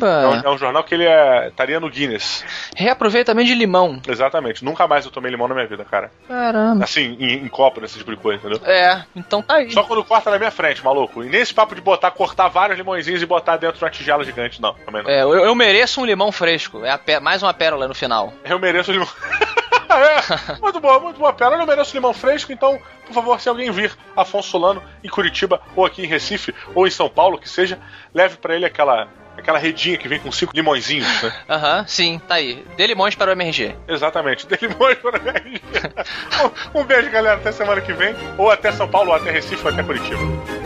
Speaker 2: Caramba!
Speaker 4: é um jornal que ele é, estaria no Guinness.
Speaker 2: Reaproveitamento de limão.
Speaker 4: Exatamente. Nunca mais eu tomei limão na minha vida, cara.
Speaker 2: Caramba.
Speaker 4: Assim, em, em copo, nesse tipo de coisa, entendeu?
Speaker 2: É, então tá aí.
Speaker 4: Só quando corta na minha frente, maluco. E nem esse papo de botar, cortar vários limõezinhos e botar dentro de uma tigela gigante, não. Também não.
Speaker 2: É, eu, eu mereço um limão fresco. É a pé- mais uma pérola no final.
Speaker 4: Eu mereço limão. é, muito boa, muito boa pera. Eu não mereço limão fresco, então, por favor, se alguém vir Afonso Solano em Curitiba, ou aqui em Recife, ou em São Paulo, que seja, leve pra ele aquela, aquela redinha que vem com cinco limõezinhos, né?
Speaker 2: Aham, sim, tá aí. Dê limões para o MRG.
Speaker 4: Exatamente. Dê limões pra ele. um, um beijo, galera. Até semana que vem. Ou até São Paulo, ou até Recife, ou até Curitiba.